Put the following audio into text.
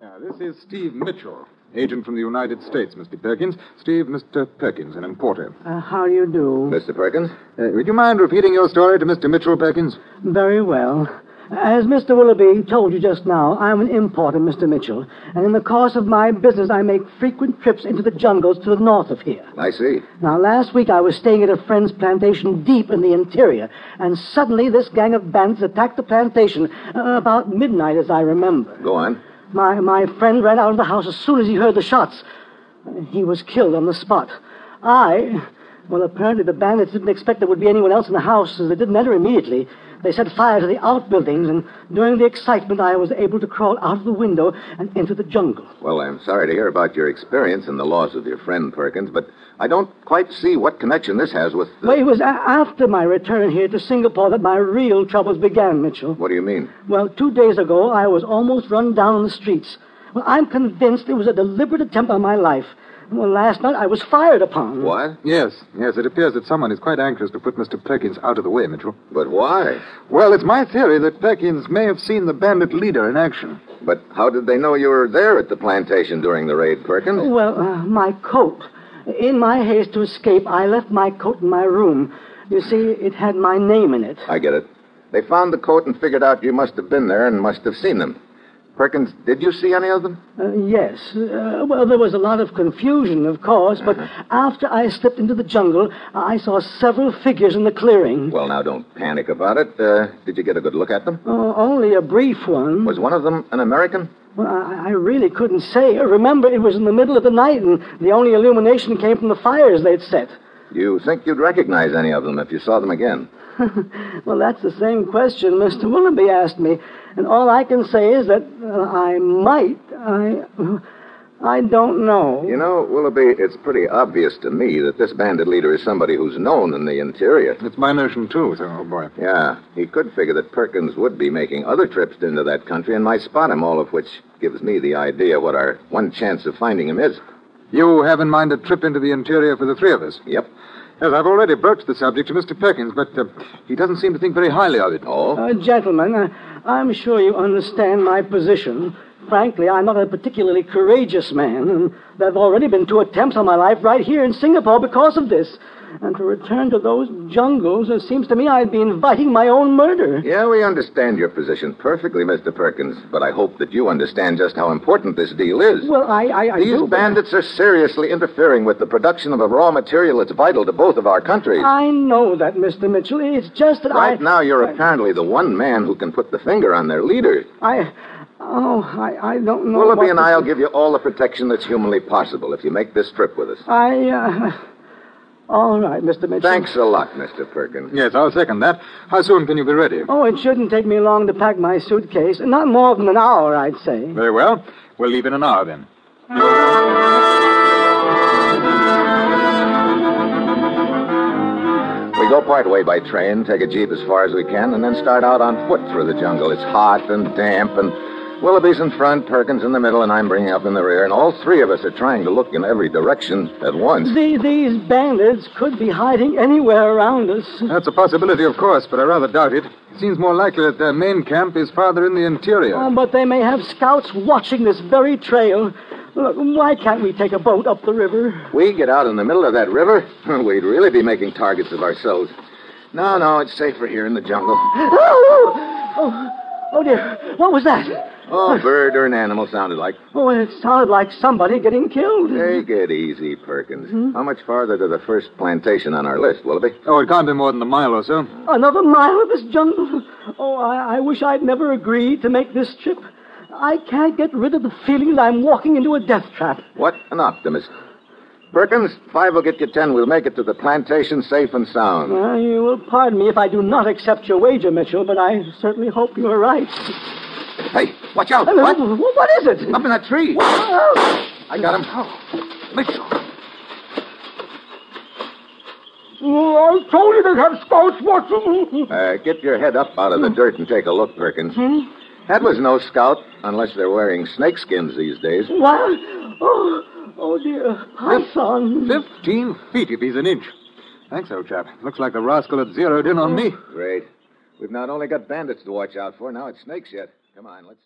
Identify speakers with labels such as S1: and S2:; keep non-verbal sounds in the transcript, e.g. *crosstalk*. S1: Now, this is Steve Mitchell, agent from the United States, Mr. Perkins. Steve, Mr. Perkins, an importer.
S2: Uh, how do you do?
S1: Mr. Perkins? Uh, would you mind repeating your story to Mr. Mitchell, Perkins?
S2: Very well. As Mr. Willoughby told you just now, I'm an importer, Mr. Mitchell, and in the course of my business, I make frequent trips into the jungles to the north of here.
S1: I see.
S2: Now, last week I was staying at a friend's plantation deep in the interior, and suddenly this gang of bandits attacked the plantation uh, about midnight, as I remember.
S1: Go on.
S2: My, my friend ran out of the house as soon as he heard the shots. He was killed on the spot. I, well, apparently the bandits didn't expect there would be anyone else in the house, so they didn't enter immediately. They set fire to the outbuildings, and during the excitement, I was able to crawl out of the window and into the jungle.
S3: Well, I'm sorry to hear about your experience and the loss of your friend, Perkins, but I don't quite see what connection this has with. The...
S2: Well, it was a- after my return here to Singapore that my real troubles began, Mitchell.
S3: What do you mean?
S2: Well, two days ago, I was almost run down on the streets. Well, I'm convinced it was a deliberate attempt on my life. Well, last night I was fired upon.
S3: What?
S1: Yes, yes, it appears that someone is quite anxious to put Mr. Perkins out of the way, Mitchell.
S3: But why?
S1: Well, it's my theory that Perkins may have seen the bandit leader in action.
S3: But how did they know you were there at the plantation during the raid, Perkins?
S2: Well, uh, my coat. In my haste to escape, I left my coat in my room. You see, it had my name in it.
S3: I get it. They found the coat and figured out you must have been there and must have seen them. Perkins, did you see any of them?
S2: Uh, yes. Uh, well, there was a lot of confusion, of course, but after I slipped into the jungle, I saw several figures in the clearing.
S3: Well, now don't panic about it. Uh, did you get a good look at them?
S2: Oh, only a brief one.
S3: Was one of them an American?
S2: Well, I, I really couldn't say. Remember, it was in the middle of the night, and the only illumination came from the fires they'd set.
S3: You think you'd recognize any of them if you saw them again?
S2: well, that's the same question Mr. Willoughby asked me, and all I can say is that uh, I might. I, I don't know.
S3: You know, Willoughby, it's pretty obvious to me that this bandit leader is somebody who's known in the interior.
S1: It's my notion, too, so, oh boy.
S3: Yeah, he could figure that Perkins would be making other trips into that country and might spot him, all of which gives me the idea what our one chance of finding him is.
S1: You have in mind a trip into the interior for the three of us?
S3: Yep.
S1: Yes, I've already broached the subject to Mr. Perkins, but uh, he doesn't seem to think very highly of it.
S3: Oh?
S2: Uh, gentlemen, uh, I'm sure you understand my position. Frankly, I'm not a particularly courageous man, and there have already been two attempts on my life right here in Singapore because of this. And to return to those jungles, it seems to me I'd be inviting my own murder.
S3: Yeah, we understand your position perfectly, Mr. Perkins, but I hope that you understand just how important this deal is.
S2: Well, I, I, I
S3: These
S2: do, but-
S3: bandits are seriously interfering with the production of a raw material that's vital to both of our countries.
S2: I know that, Mr. Mitchell. It's just that Uh, I.
S3: right now, you're
S2: I-
S3: apparently the one man who can put the finger on their leader.
S2: I. Oh, I, I don't know.
S3: Willoughby
S2: what
S3: and
S2: to
S3: I'll
S2: say.
S3: give you all the protection that's humanly possible if you make this trip with us.
S2: I. Uh... All right, Mr. Mitchell.
S3: Thanks a lot, Mr. Perkins.
S1: Yes, I'll second that. How soon can you be ready?
S2: Oh, it shouldn't take me long to pack my suitcase. Not more than an hour, I'd say.
S1: Very well. We'll leave in an hour, then.
S3: We go part way by train, take a jeep as far as we can, and then start out on foot through the jungle. It's hot and damp, and Willoughby's in front, Perkins in the middle, and I'm bringing up in the rear, and all three of us are trying to look in every direction at once.
S2: The, these bandits could be hiding anywhere around us.
S1: That's a possibility, of course, but I rather doubt it. It seems more likely that their main camp is farther in the interior.
S2: Uh, but they may have scouts watching this very trail. Look, why can't we take a boat up the river?
S3: We get out in the middle of that river, *laughs* we'd really be making targets of ourselves. No, no, it's safer here in the jungle.
S2: Oh, oh, oh dear. What was that?
S3: Oh, a bird or an animal sounded like.
S2: Oh, it sounded like somebody getting killed.
S3: Take it easy, Perkins. How much farther to the first plantation on our list, Willoughby?
S1: Oh, it can't be more than a mile or so.
S2: Another mile of this jungle. Oh, I, I wish I'd never agreed to make this trip. I can't get rid of the feeling that I'm walking into a death trap.
S3: What an optimist. Perkins, five will get you ten. We'll make it to the plantation safe and sound.
S2: Uh, you will pardon me if I do not accept your wager, Mitchell, but I certainly hope you are right.
S3: Hey, watch out.
S2: Uh,
S3: What?
S2: wh- what is it?
S3: Up in that tree.
S2: Oh,
S3: I got him. Mitchell.
S2: I told you they have scouts watching.
S3: Uh, get your head up out of the dirt and take a look, Perkins. That was no scout, unless they're wearing snakeskins these days.
S2: What? Oh, oh dear. Python.
S1: Fifteen feet if he's an inch. Thanks, old chap. Looks like the rascal had zeroed in on me.
S3: Great. We've not only got bandits to watch out for, now it's snakes yet. Come on, let's.